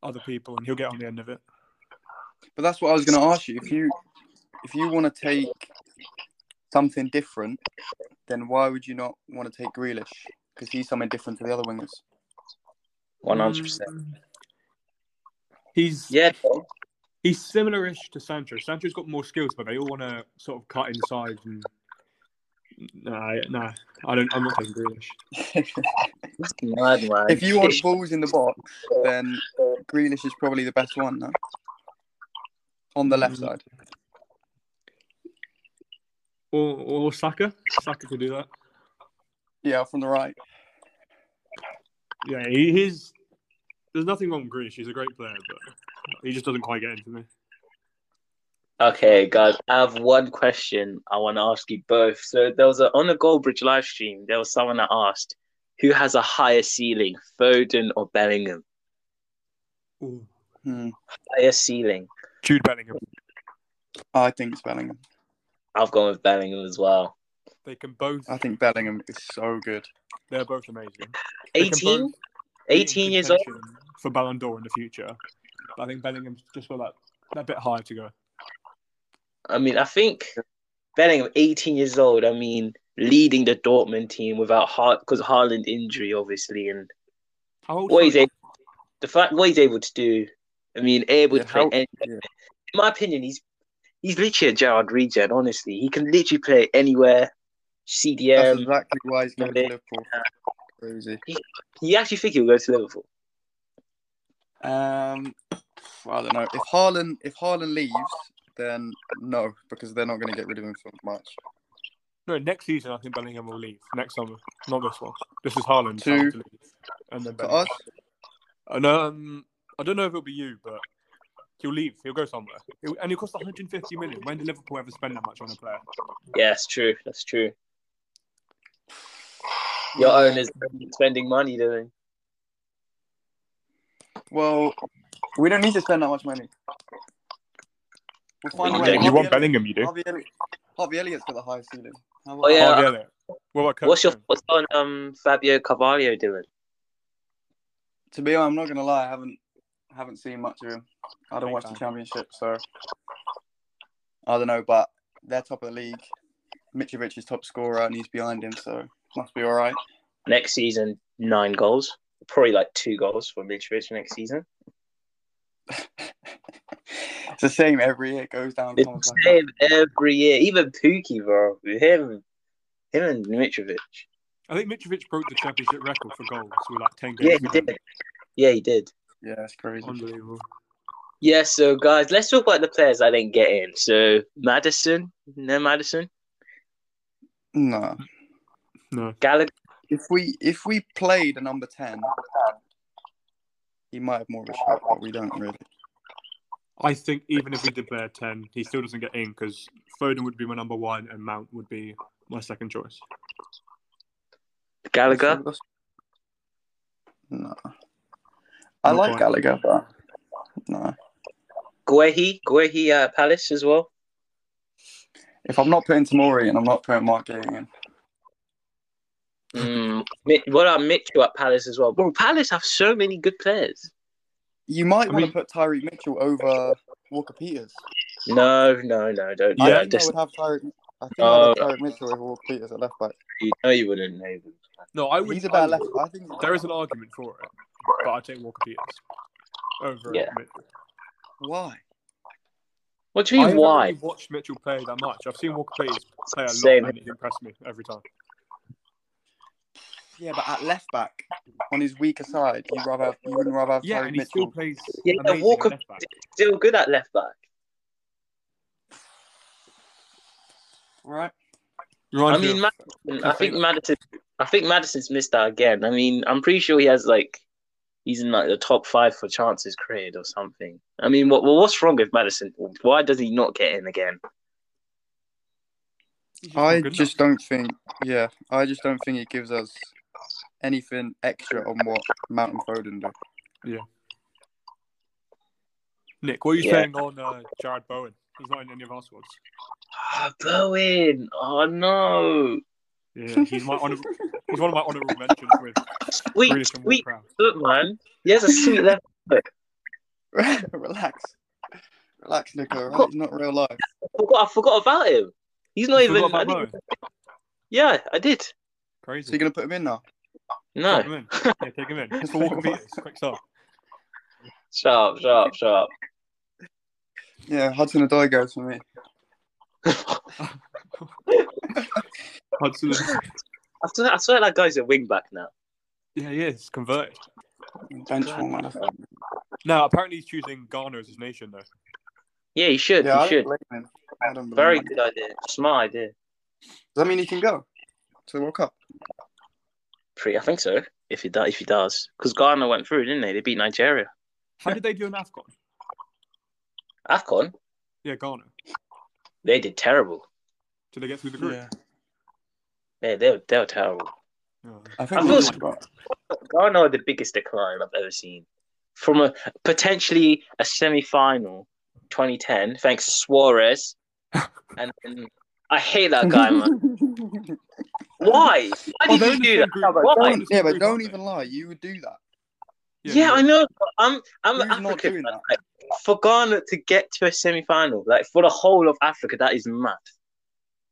S2: other people, and he'll get on the end of it.
S3: but that's what I was going to ask you. If you if you want to take something different, then why would you not want to take Grealish? Because he's something different to the other wingers.
S1: One hundred percent.
S2: Mm. He's
S1: Yeah, bro.
S2: he's similar-ish to Sancho. Sancho's got more skills, but they all want to sort of cut inside. And nah, nah, I don't. I'm not taking Grealish.
S1: mad man.
S3: if you want balls in the box, then Grealish is probably the best one. No? On the left
S2: Mm.
S3: side,
S2: Or or Saka. Saka could do that.
S3: yeah, from the right.
S2: Yeah, he, he's. There's nothing wrong with Grealish. He's a great player, but he just doesn't quite get into me.
S1: Okay, guys, I have one question I want to ask you both. So there was a on the Goldbridge live stream, there was someone that asked, who has a higher ceiling, Foden or Bellingham?
S2: Ooh.
S3: Hmm.
S1: Higher ceiling.
S2: Jude Bellingham.
S3: I think it's Bellingham.
S1: I've gone with Bellingham as well.
S2: They can both.
S3: I think Bellingham is so good.
S2: They're both amazing. They can
S1: 18?
S2: both be in
S1: 18 years old?
S2: contention for Ballon d'Or in the future. But I think Bellingham's just got that, that bit higher to go.
S1: I mean, I think Bellingham, 18 years old, I mean, leading the Dortmund team without Hart because Haaland injury, obviously, and
S2: How old?
S1: what he's able, the fact what he's able to do. I mean, able
S3: Yeah,
S1: to play.
S3: how-
S1: any,
S3: yeah.
S1: In my opinion, he's he's literally a Gerard regen. Honestly, he can literally play anywhere.
S3: That's
S1: CDM.
S3: exactly why he's going to
S1: yeah.
S3: Liverpool. Crazy.
S1: You actually think he'll go to Liverpool?
S3: Um, I don't know. If Haaland if Haaland leaves, then no, because they're not going to get rid of him for much.
S2: No, next season I think Bellingham will leave. Next summer, not this one. This is Haaland.
S3: Two.
S2: To leave. And then
S3: For
S2: Bellingham.
S3: us,
S2: And um, I don't know if it'll be you, but he'll leave. He'll go somewhere. He'll- and it costs 150 million. When did Liverpool ever spend that much on a player?
S1: Yeah, that's true. That's true. Your owners spending money doing.
S3: well, we don't need to spend that much money. We'll find a
S1: You
S3: way.
S1: don't- you
S3: Harvey Elliott-
S2: Bellingham? You
S3: Harvey, Elliott, Harvey Elliott's got the highest ceiling. How about
S1: Oh, yeah.
S2: Harvey Elliott. What about Curtis
S1: What's your
S2: Jones?
S1: thoughts on um Fabio Carvalho doing?
S3: To be honest, I'm not going to lie. I haven't haven't seen much of him. I don't watch the
S2: Okay.
S3: championship, so I don't know. But they're top of the league. Mitrovic is top scorer, and he's behind him, so must be all right.
S1: Next season, nine goals. Probably like two goals for Mitrovic next season.
S3: It's the same every year. It goes down.
S1: It's
S3: comes
S1: the
S3: back up.
S1: same every year. Even Pookie, bro. Him, him and Mitrovic.
S2: I think Mitrovic broke the championship record for goals with like 10 games.
S1: Yeah, he did. Yeah, he did.
S3: Yeah, it's crazy.
S2: Unbelievable.
S1: Yeah, so guys, let's talk about the players I didn't get in. So Madison, no Madison,
S3: Nah.
S2: No.
S1: Gallagher.
S3: If we if we played a number ten, he might have more of a shot, but we don't really.
S2: I think even if he did play a 10, he still doesn't get in because Foden would be my number one and Mount would be my second choice.
S1: Gallagher.
S3: That's- Nah. I
S2: No
S3: like
S2: point.
S3: Gallagher, but nah.
S1: Guehi, Guehi uh, Palace as well.
S3: If I'm not putting Tamori and I'm not putting Mark Gay in,
S1: Mm. Mi- What about Mitchell at Palace as well? Bro, Palace have so many good players.
S3: you might
S2: I
S3: want
S2: mean-
S3: to put Tyreek Mitchell over Walker Peters.
S1: No, no, no, don't.
S3: I
S1: Yeah,
S3: think I
S1: just,
S3: would have Tyreek. I think
S1: Oh.
S2: Uh,
S3: I'd have Tyreek Mitchell over Walker Peters at left back.
S1: you know you wouldn't know them.
S2: No, I would.
S3: He's a
S2: I
S3: better
S2: would-
S3: left. I think he's a
S2: There is an argument for it, but I'd take Walker Peters over.
S1: Yeah.
S2: Mitchell.
S3: Why?
S1: What do
S2: I
S1: you mean?
S2: haven't
S1: Why?
S2: really watched Mitchell play that much. I've seen Walker Peters play a lot
S1: Same.
S2: and it impressed me every time.
S3: Yeah, but at left back, on his weaker side, you rather have, you wouldn't rather have
S2: Yeah,
S3: Tyreek
S2: and he still
S3: Mitchell.
S2: plays
S1: Yeah,
S2: amazing at
S1: Walker-
S2: left back.
S1: Still good at left back.
S3: All right.
S1: I
S2: Reminds me
S1: mean,
S2: of-
S1: Madison, I
S2: Cafe-
S1: think Madison. I think Madison's missed that again. I mean, I'm pretty sure he has like he's in like the top five for chances created or something. I mean, what well, what's wrong with Madison? Why does he not get in again?
S2: he's not
S3: I
S2: good enough.
S3: just don't think. Yeah, I just don't think it gives us anything extra on what Mountain Foden do.
S2: Nick, what are you
S1: Yeah.
S2: saying on uh, Jared Bowen? He's not in any of our squads.
S1: Ah, Bowen. Oh no.
S2: Yeah, he's my honorable, he's one of my honorable mentions with
S1: Sweet,
S2: Grealish and
S1: sweet
S2: Walker.
S1: foot, man. He has a sweet left.
S3: Relax, relax, Nico. Right? It's not real life.
S1: I forgot, I forgot about him. He's not
S2: You forgot
S1: even.
S2: about
S1: I didn't-
S2: Bowen?
S1: yeah, I did.
S3: So
S2: Crazy.
S3: you're gonna put him in now?
S1: No.
S2: Take him in. Yeah, take him in. For Walker Peters, quick stop.
S1: Sharp, sharp, sharp.
S3: Yeah, Hudson Odoi goes for me.
S2: Hudson.
S1: I swear, I swear that guy's a wing back now.
S2: Yeah, he is converted.
S3: Bench warmer.
S2: Now, apparently, he's choosing Ghana as his nation, though.
S1: Yeah, he should.
S3: Yeah, I
S1: he should.
S3: don't blame him. I don't blame
S1: Very
S3: him.
S1: good idea. Smart idea.
S3: Does that mean he can go to the World Cup?
S1: Pretty, I think so. If he does, if he does, because Ghana went through, didn't they? They beat Nigeria.
S2: How did they do in Afcon?
S1: Afcon,
S2: Yeah, Ghana.
S1: they did terrible.
S2: Did they get through the group?
S1: Yeah, they were, they were terrible.
S2: No.
S3: I
S1: I
S3: think. we
S1: feel-
S3: should go.
S1: Ghana are the biggest decline I've ever seen from a potentially a semi-final 2010, thanks to Suarez. And then, I hate that guy, man. Why? Why
S2: Oh,
S1: did
S2: they're
S1: you
S2: in the
S1: do
S2: same
S1: that?
S2: group.
S3: Yeah, but
S1: Why?
S3: don't, yeah, but don't even lie. You would do that.
S1: Yeah, I know. but I'm I'm
S3: Who's
S1: an
S3: not
S1: African.
S3: doing that?
S1: Like, for Ghana to get to a semi-final, like for the whole of Africa, that is mad.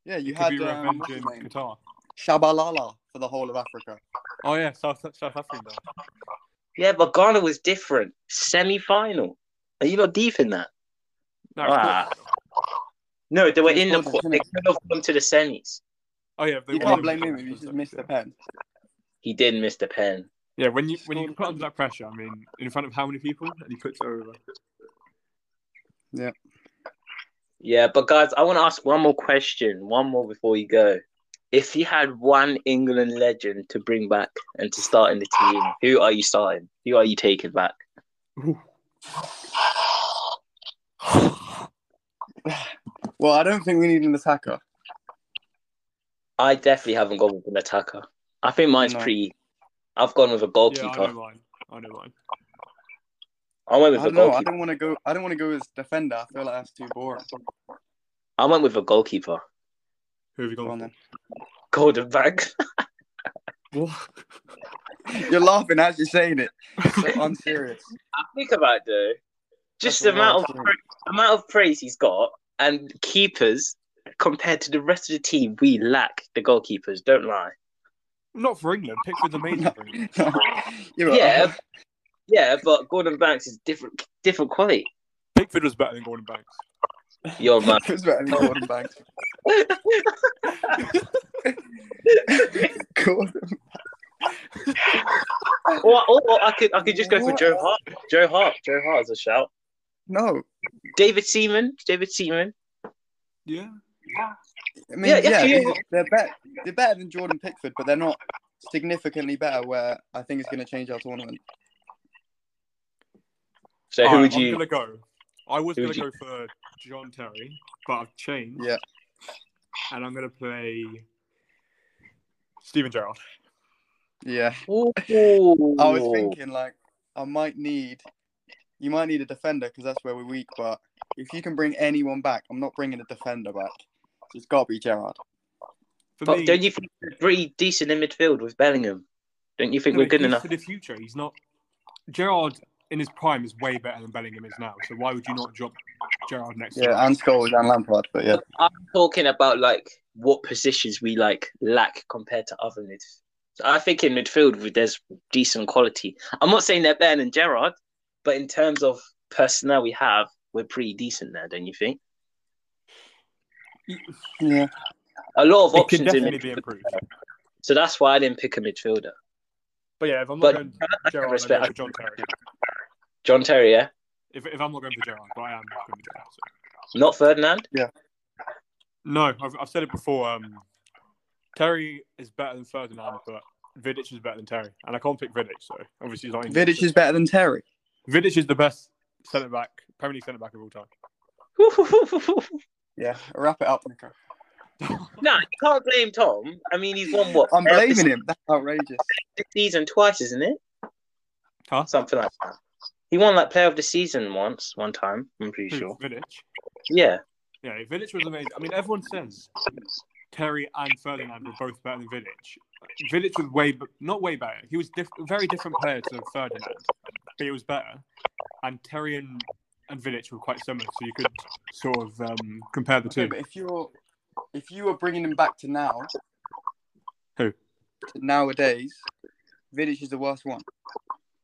S3: Yeah, you
S2: Could be
S3: had um,
S2: revenge
S3: what's his
S2: in
S3: name?
S2: Qatar.
S3: Shabalala for the whole of Africa.
S2: Oh yeah, South South African guy.
S3: Ah.
S1: Yeah, but Ghana was different. Semi-final. Are you not deep in that?
S2: No,
S1: Ah.
S2: it's cool.
S1: No, they were in the
S3: Jordan,
S1: quarter.
S3: isn't
S1: They
S3: it?
S1: could have gone to the semis.
S2: Oh yeah, they
S3: You
S2: won
S3: can't
S2: the-
S3: blame him if you just missed the pen.
S1: He did miss the pen.
S2: Yeah, when you when you
S3: Scored
S2: put under that pressure, I mean, in front of how many people, and he puts it over.
S1: Yeah, but guys, I want to ask one more question. One more before you go. If you had one England legend to bring back and to start in the team, who are you starting? Who are you taking back?
S3: Well, I don't think we need an attacker.
S1: I definitely haven't gone with an attacker. I think mine's
S3: No.
S1: pretty. I've gone with a
S2: Yeah, I
S1: goalkeeper.
S2: know mine. I know mine.
S1: I went
S3: I
S1: with a
S3: don't know. I
S1: goalkeeper.
S3: don't want to go. I don't want to go as defender. I feel like that's too boring.
S1: I went with a goalkeeper.
S2: Who have you
S3: Go on
S2: gone?
S3: then.
S1: Golden back.
S2: for?
S3: You're laughing as you're saying it. So I'm serious.
S1: I think about though, just
S3: That's
S1: the
S3: what I'm
S1: amount of
S3: saying.
S1: pra- amount of praise he's got and keepers compared to the rest of the team, we lack the goalkeepers. Don't lie.
S2: Not for England. Pickford's amazing for England.
S3: You know,
S1: Yeah. Yeah, but Gordon Banks is different, different quality.
S2: Pickford was better than Gordon Banks.
S1: You're mad.
S3: It was better than Gordon Banks. Gordon.
S1: Or, or, or I could I could just go for
S3: What?
S1: Joe Hart. Joe Hart. Joe Hart is a shout.
S3: No.
S1: David Seaman. David Seaman.
S2: Yeah.
S3: I mean,
S1: Yeah,
S3: yeah,
S1: yeah, yeah.
S3: these- they're better. They're better than Jordan Pickford, but they're not significantly better. Where I think it's going to change our tournament.
S1: So who
S2: Alright,
S1: would
S2: Oh, I'm
S1: you?
S2: gonna go. I was
S1: who
S2: gonna
S1: would
S2: go for John Terry, but I've changed.
S3: Yeah.
S2: And I'm gonna play Steven Gerrard.
S3: Yeah,
S1: Ooh.
S3: I was thinking like I might need, you might need a defender because that's where we're weak. But if you can bring anyone back, I'm not bringing a defender back. It's got to be Gerard.
S2: For
S1: But
S2: me,
S1: don't you think we're pretty decent in midfield with Bellingham? Don't you think
S2: no,
S1: we're good
S2: he's
S1: enough?
S2: for the future. He's not. Gerrard in his prime is way better than Bellingham is now. So why would you not drop Gerrard next year?
S3: Yeah, and Scholes and Lampard, but yeah,
S1: Talking about like what positions we like lack compared to other midfielders. So I think in midfield there's decent quality. I'm not saying they're better than Gerard, but in terms of personnel we have, we're pretty decent there. Don't you think?
S3: yeah.
S1: A lot of
S2: It could
S1: options in
S2: definitely
S1: midfield,
S2: be improved.
S1: so that's why I didn't pick a midfielder.
S2: But yeah, if I'm not
S1: But-
S2: going Gerrard, I'm
S1: respect-
S2: going for John Terry.
S1: John Terry, yeah,
S2: If, if I'm not going for Gerrard, but I am going for Gerrard. So.
S1: not Ferdinand.
S2: No, I've, I've said it before. Um, Terry is better than Ferdinand, but Vidic is better than Terry, and I can't pick Vidic. So obviously he's not. injured,
S3: Vidic
S2: so-
S3: is better than Terry.
S2: Vidic is the best centre back, Premier League centre back of all time.
S3: Yeah, wrap it up, Nico.
S1: nah, you can't blame Tom. I mean, he's won what?
S3: I'm
S1: every
S3: blaming him. That's outrageous.
S1: the season twice, isn't it?
S2: Huh?
S1: Something like that. He won like player of the season once, one time. I'm pretty
S3: Hmm.
S2: Who,
S1: sure.
S2: Vidic.
S1: Yeah.
S2: Yeah, Vidic was amazing. I mean, everyone says Terry and Ferdinand were both better than Vidic. Vidic was way, b- not way better. He was diff- very different player to Ferdinand, but he was better. And Terry and, and Vidic were quite similar, so you could sort of um, compare the
S3: Okay,
S2: two.
S3: but if you're if you were bringing him back to now,
S2: Who?
S3: to nowadays, Vidic is the worst one.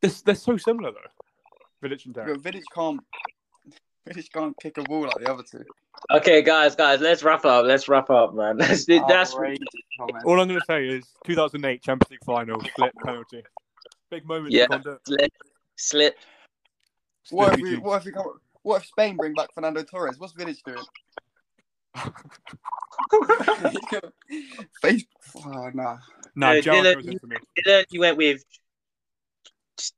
S2: They're, they're so similar though. Vidic and Derek.
S3: But Vidic can't. Vidic can't kick a ball like the other two.
S1: Okay, guys, guys, let's wrap up. Let's wrap up, man. Let's do that's
S3: Outrageous comment.
S2: All I'm going to say is 2008 Champions League final flip penalty. Big moment.
S1: Yeah.
S2: Yeah. Conda.
S1: slip, slip.
S3: What if, we, what if we can't, What if Spain bring back Fernando Torres? What's Vidic doing? He's gonna- Face. Oh no.
S2: No,
S1: Uh,
S2: Gerard
S1: Dylan-
S2: goes in for me.
S1: Dylan, You went with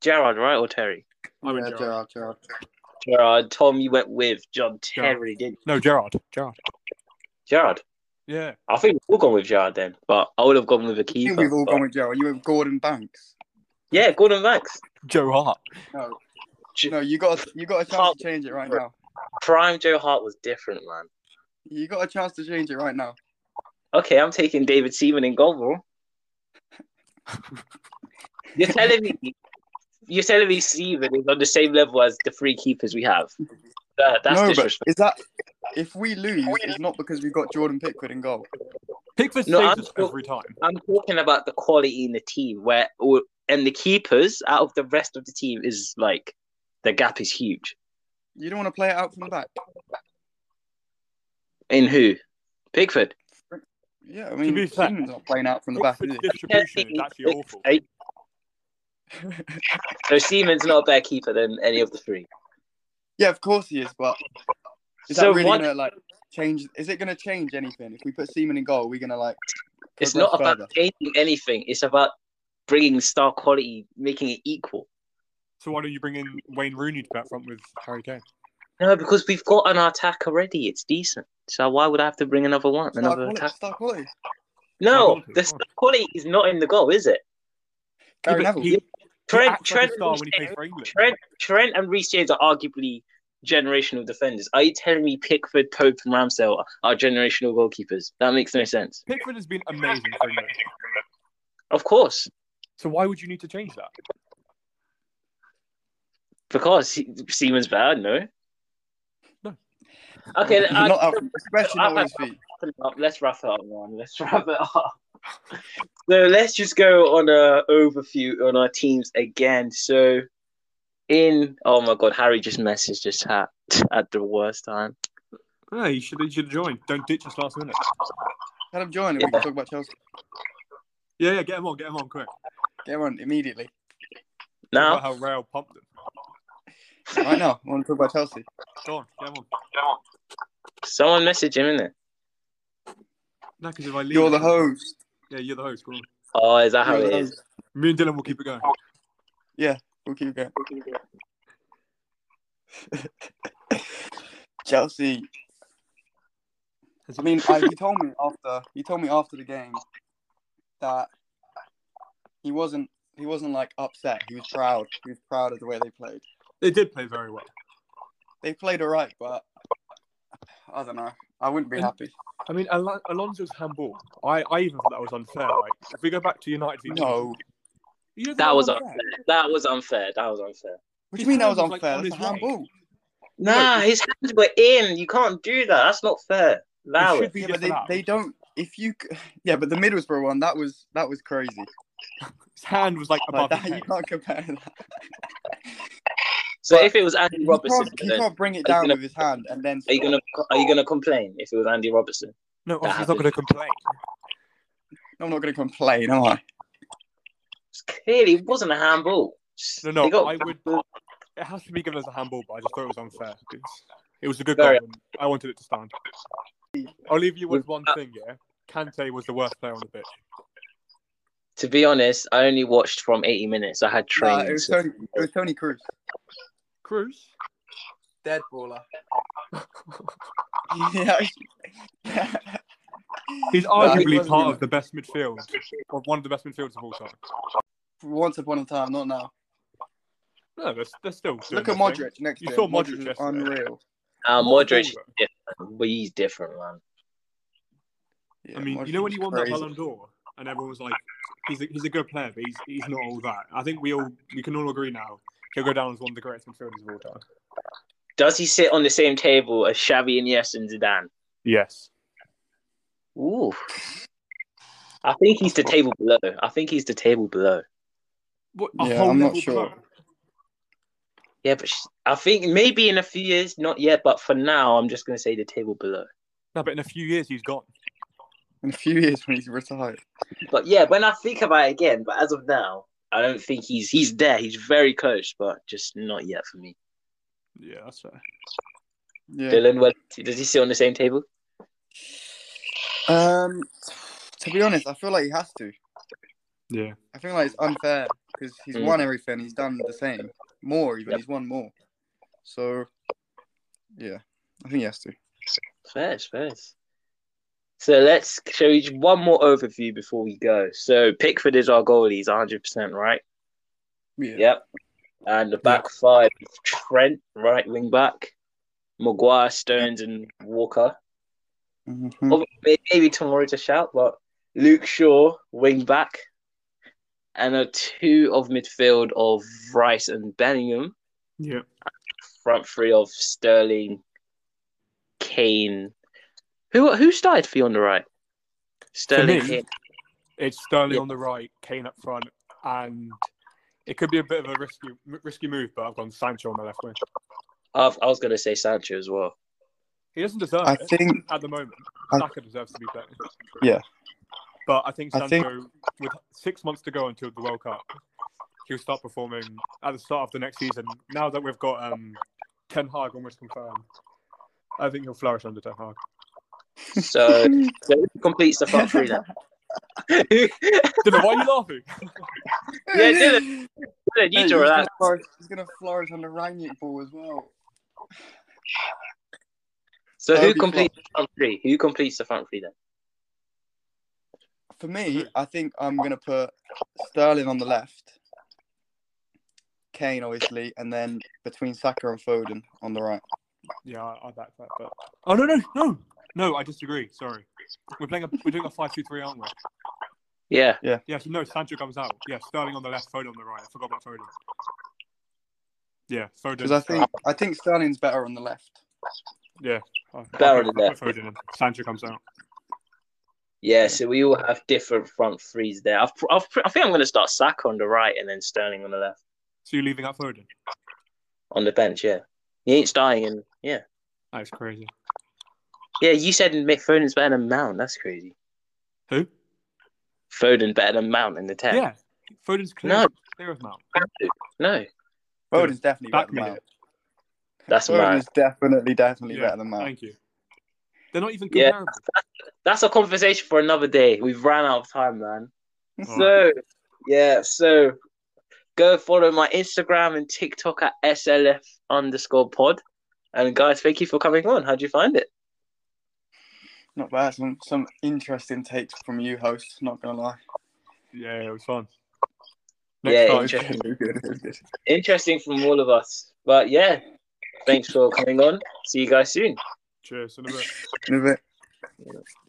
S1: Gerard, right, or Terry?
S2: I went
S3: yeah,
S2: Gerard.
S3: Gerard, Gerard.
S1: Gerard. Tom, you went with John Terry, didn't you?
S2: No, Gerard. Gerard.
S1: Gerard.
S2: Yeah.
S1: I think we've all gone with Gerard then, but I would have gone with a
S3: I
S1: keeper.
S3: think we've all
S1: but-
S3: gone with Gerard. You went with Gordon Banks.
S1: Yeah, Gordon Max.
S2: Joe Hart.
S3: No.
S1: J-
S3: No, you got you got a chance to change it right now.
S1: Prime Joe Hart was different, man.
S3: You got a chance to change it right now.
S1: Okay, I'm taking David Seaman in goal. bro. You're telling me, you're telling me Seaman is on the same level as the three keepers we have. That, that's
S3: no, but
S1: disrespectful.
S3: is that if we lose, it's not because we've got Jordan Pickford in goal.
S2: Pickford
S1: No,
S2: saves
S1: I'm
S2: us
S1: still-
S2: every time.
S1: I'm talking about the quality in the team, where or- and the keepers out of the rest of the team is like the gap is huge.
S3: You don't want to play it out from the back.
S1: In who? Pickford.
S3: Yeah, I mean,
S2: be fair-
S3: England's not playing out from the back. Is
S2: Pickford's
S3: he?
S2: distribution is actually awful.
S1: Hey, So Seaman's not a better keeper than any of the three.
S3: Yeah, of course he is, but is
S1: So
S3: that really
S1: what-
S3: gonna like change? Is it gonna change anything if we put Seaman in goal? Are we gonna like?
S1: It's
S3: progress
S1: not about
S3: further?
S1: changing anything. It's about bringing star quality, making it equal.
S2: So why don't you bring in Wayne Rooney to back front with Harry Kane?
S1: No, because we've got an attack already. It's decent. So why would I have to bring another one,
S3: Star
S1: another
S3: quality,
S1: attack?
S3: star quality.
S1: No,
S2: quality,
S1: the
S2: star
S1: star quality is not in the goal, is it?
S3: Gary
S2: Yeah, but
S3: Neville.
S2: he- he
S1: Trent,
S2: acts like
S1: Trent,
S2: a star
S1: and
S2: when he
S1: Reece
S2: plays for England.
S1: Trent, Trent, and Reece James are arguably generational defenders. Are you telling me Pickford, Pope, and Ramsdale are generational goalkeepers? That makes no sense.
S2: Pickford has been amazing for England.
S1: Of course,
S2: So why would you need to change that?
S1: because he- Seaman's bad. No.
S2: No.
S1: Okay,
S3: He's
S1: I-
S3: not out, especially not
S1: I-
S3: on his feet.
S1: let's wrap it up, man. Let's wrap it up. so let's just go on a overview on our teams again. So in oh my god, Harry just messaged us at at the worst time.
S2: Yeah, you should you should join. Don't ditch us last minute.
S3: Had him join, and we can talk about Chelsea.
S2: Yeah, yeah, get him on, get him on quick.
S3: Get on immediately.
S1: Now,
S2: About how Real pumped them.
S3: Right now, I want to talk about Chelsea.
S2: Go on, get him on.
S1: someone message him in there.
S2: No, because if I leave,
S3: You're the host.
S2: Yeah, you're the host. Go on.
S1: Oh, is that how
S3: You're
S1: it
S3: the
S1: is?
S3: host.
S2: Me and Dylan will keep it going.
S3: We'll keep going. Chelsea. I mean, I, he told me after he told me after the game that he wasn't he wasn't like upset. He was proud. He was proud of the way they played.
S2: They did play very well.
S3: They played all right, but I don't know. I wouldn't be happy.
S2: I mean, Al- Alonso's handball. I, I even thought that was unfair. Like, if we go back to United, v
S3: No.
S2: You don't think
S1: That was
S2: unfair?
S1: unfair. That was unfair. That was unfair.
S3: What do you mean that was
S2: His hand was, like,
S3: unfair?
S2: on
S3: That's a
S2: his leg.
S3: handball.
S1: Nah, his hands were in. You can't do that. That's not fair. That
S2: It should
S1: was,
S2: be
S3: Yeah, but they,
S2: disallowed.
S3: they don't. If you, c- yeah, but the Middlesbrough one that was that was crazy.
S2: His hand was like
S3: Like
S2: above.
S3: that,
S2: his
S3: you
S2: head.
S3: can't compare that.
S1: so
S3: but
S1: if it was Andy
S3: You
S1: Robertson,
S3: can't, you
S1: then
S3: can't bring it down
S1: gonna-
S3: with his hand and then.
S1: are you gonna are you gonna complain if it was Andy Robertson?
S2: No,
S1: That
S2: he's not going to complain.
S3: I'm not gonna complain, am I?
S1: Clearly, it wasn't a handball.
S2: No, no,
S1: They got-
S2: I would. It has to be given as a handball, but I just thought it was unfair. It's- It was a good
S1: Sorry.
S2: goal. And I wanted it to stand. I'll leave you with one thing. Yeah, Kante was the worst player on the pitch.
S1: To be honest, I only watched from 80 minutes. I had
S3: Nah,
S1: training.
S3: it was
S1: so-
S3: Tony. It was Tony Cruz,
S2: Cruz.
S3: dead baller. yeah.
S2: He's
S3: Nah, he
S2: arguably
S3: wasn't
S2: part
S3: good.
S2: of the best midfield, or one of the best midfielders of all time.
S3: Once upon a time, not now.
S2: No, they're, they're still. doing
S3: Look
S2: their
S3: at
S2: thing.
S3: Modric next.
S2: You
S3: to
S2: saw
S3: him.
S2: Modric
S3: is
S2: yesterday.
S3: Unreal.
S1: Uh,
S2: Not
S1: Modric, is
S2: Bola.
S1: different. but he's different, man.
S3: Yeah,
S2: I mean,
S3: Modric
S2: you know when
S3: is
S2: he won
S3: crazy.
S2: that Ballon d'Or, and everyone was like, "He's a, he's a good player, but he's he's not all that." I think we all we can all agree now he'll go down as one of the greatest midfielders of all time.
S1: Does he sit on the same table as Xavi Iniesta and Zidane?
S2: Yes.
S1: Ooh. I think he's the table below. I think he's the table below.
S2: What, a
S3: Yeah,
S2: whole
S3: I'm not
S2: level
S3: sure.
S2: below?
S1: Yeah, but sh- I think maybe in a few years, not yet, but for now, I'm just going to say the table below.
S2: No, but in a few years he's gone.
S3: In a few years when he's retired.
S1: But yeah, when I think about it again, but as of now, I don't think he's he's there. He's very close, but just not yet for me.
S2: Yeah, that's fair.
S3: Yeah.
S1: Dylan, what, does he sit on the same table?
S3: Um, to be honest, I feel like he has to.
S2: Yeah.
S3: I feel like it's unfair because he's
S1: Mm.
S3: won everything. He's done the same, more even.
S1: Yep.
S3: He's won more. So, yeah, I think he has to.
S1: Fair, fair. So let's show you one more overview before we go. So Pickford is our goalie. He's 100% right.
S3: Yeah.
S1: Yep. And the back five is Trent, right wing back, Maguire, Stones, and Walker.
S3: Mhm.
S1: Or may- Maybe tomorrow to shout, but Luke Shaw, wing back, and a two of midfield of Rice and Bellingham,
S2: Yeah.
S1: front three of Sterling, Kane. Who who started for you on the right? Sterling,
S2: me?
S1: Kane.
S2: It's Sterling
S1: Yeah.
S2: on the right, Kane up front, and it could be a bit of a risky m- risky move, but I've gone Sancho on the left wing.
S1: I've, I was going to say Sancho as well.
S2: He doesn't deserve
S3: I
S2: it
S3: think
S2: at the moment.
S3: I-
S2: Saka deserves to be playing.
S3: Yeah.
S2: But I think
S3: I
S2: Sancho,
S3: think-
S2: with six months to go until the World Cup, he'll start performing at the start of the next season. Now that we've got um, Ten Hag almost confirmed, I think he'll flourish under Ten Hag.
S1: So, so who completes the front three then? Dylan,
S2: Dylan, why are you laughing?
S1: Yeah, Dylan.
S3: Hey,
S1: you
S3: he's,
S1: do
S3: gonna
S1: that.
S3: flourish, he's gonna flourish on the Rangnick ball as well.
S1: So
S3: That'll
S1: who
S3: be
S1: completes the front three? Who completes the front three then?
S3: For me, I think I'm gonna put Sterling on the left, Kane obviously, and then between Saka and Foden on the right.
S2: Yeah, I, I back that. But... Oh no, no, no, no! I disagree. Sorry, we're playing. A, we're doing a five-two-three, aren't we?
S1: Yeah.
S2: Yeah, so no, Sancho comes out. Yeah, Sterling on the left, Foden on the right. I forgot about Foden. Yeah, Foden.
S3: Because I think I think Sterling's better on the left.
S2: Oh,
S1: Barrow
S2: okay,
S1: to left.
S2: Foden in. Sancho comes out.
S1: Yeah, so we all have different front threes there. I've, I've, I think I'm going to start Saka on the right and then Sterling on the left.
S2: So you're leaving out Foden?
S1: On the bench, yeah. He ain't starting, and yeah.
S2: That is crazy.
S1: Yeah, you said Mick Foden's better than Mount. That's crazy.
S2: Who?
S1: Foden better than Mount in the 10.
S2: Yeah, Foden's clear,
S1: No.
S2: clear of Mount.
S1: No,
S3: Foden's definitely
S2: Back
S3: better than
S2: me.
S3: Mount.
S1: that's
S3: Foden
S1: mad.
S3: is definitely, definitely
S2: Yeah,
S3: better than Mount.
S2: Thank you. They're not even
S1: Yeah.
S2: comparable.
S1: That's a conversation for another day. We've ran out of time, man.
S2: All right.
S1: So, yeah, so go follow my Instagram and TikTok at SLF underscore pod. And guys, thank you for coming on. How'd you find it?
S3: Not bad. Some some interesting takes from you, host. Not gonna lie.
S2: Oh, Yeah, it was fun.
S1: Yeah,
S2: time.
S1: interesting.
S3: It was Oh, good, it was good.
S1: Interesting from all of us. But yeah, thanks for coming on. See you guys soon.
S2: Cheers. In a bit.
S3: In a bit.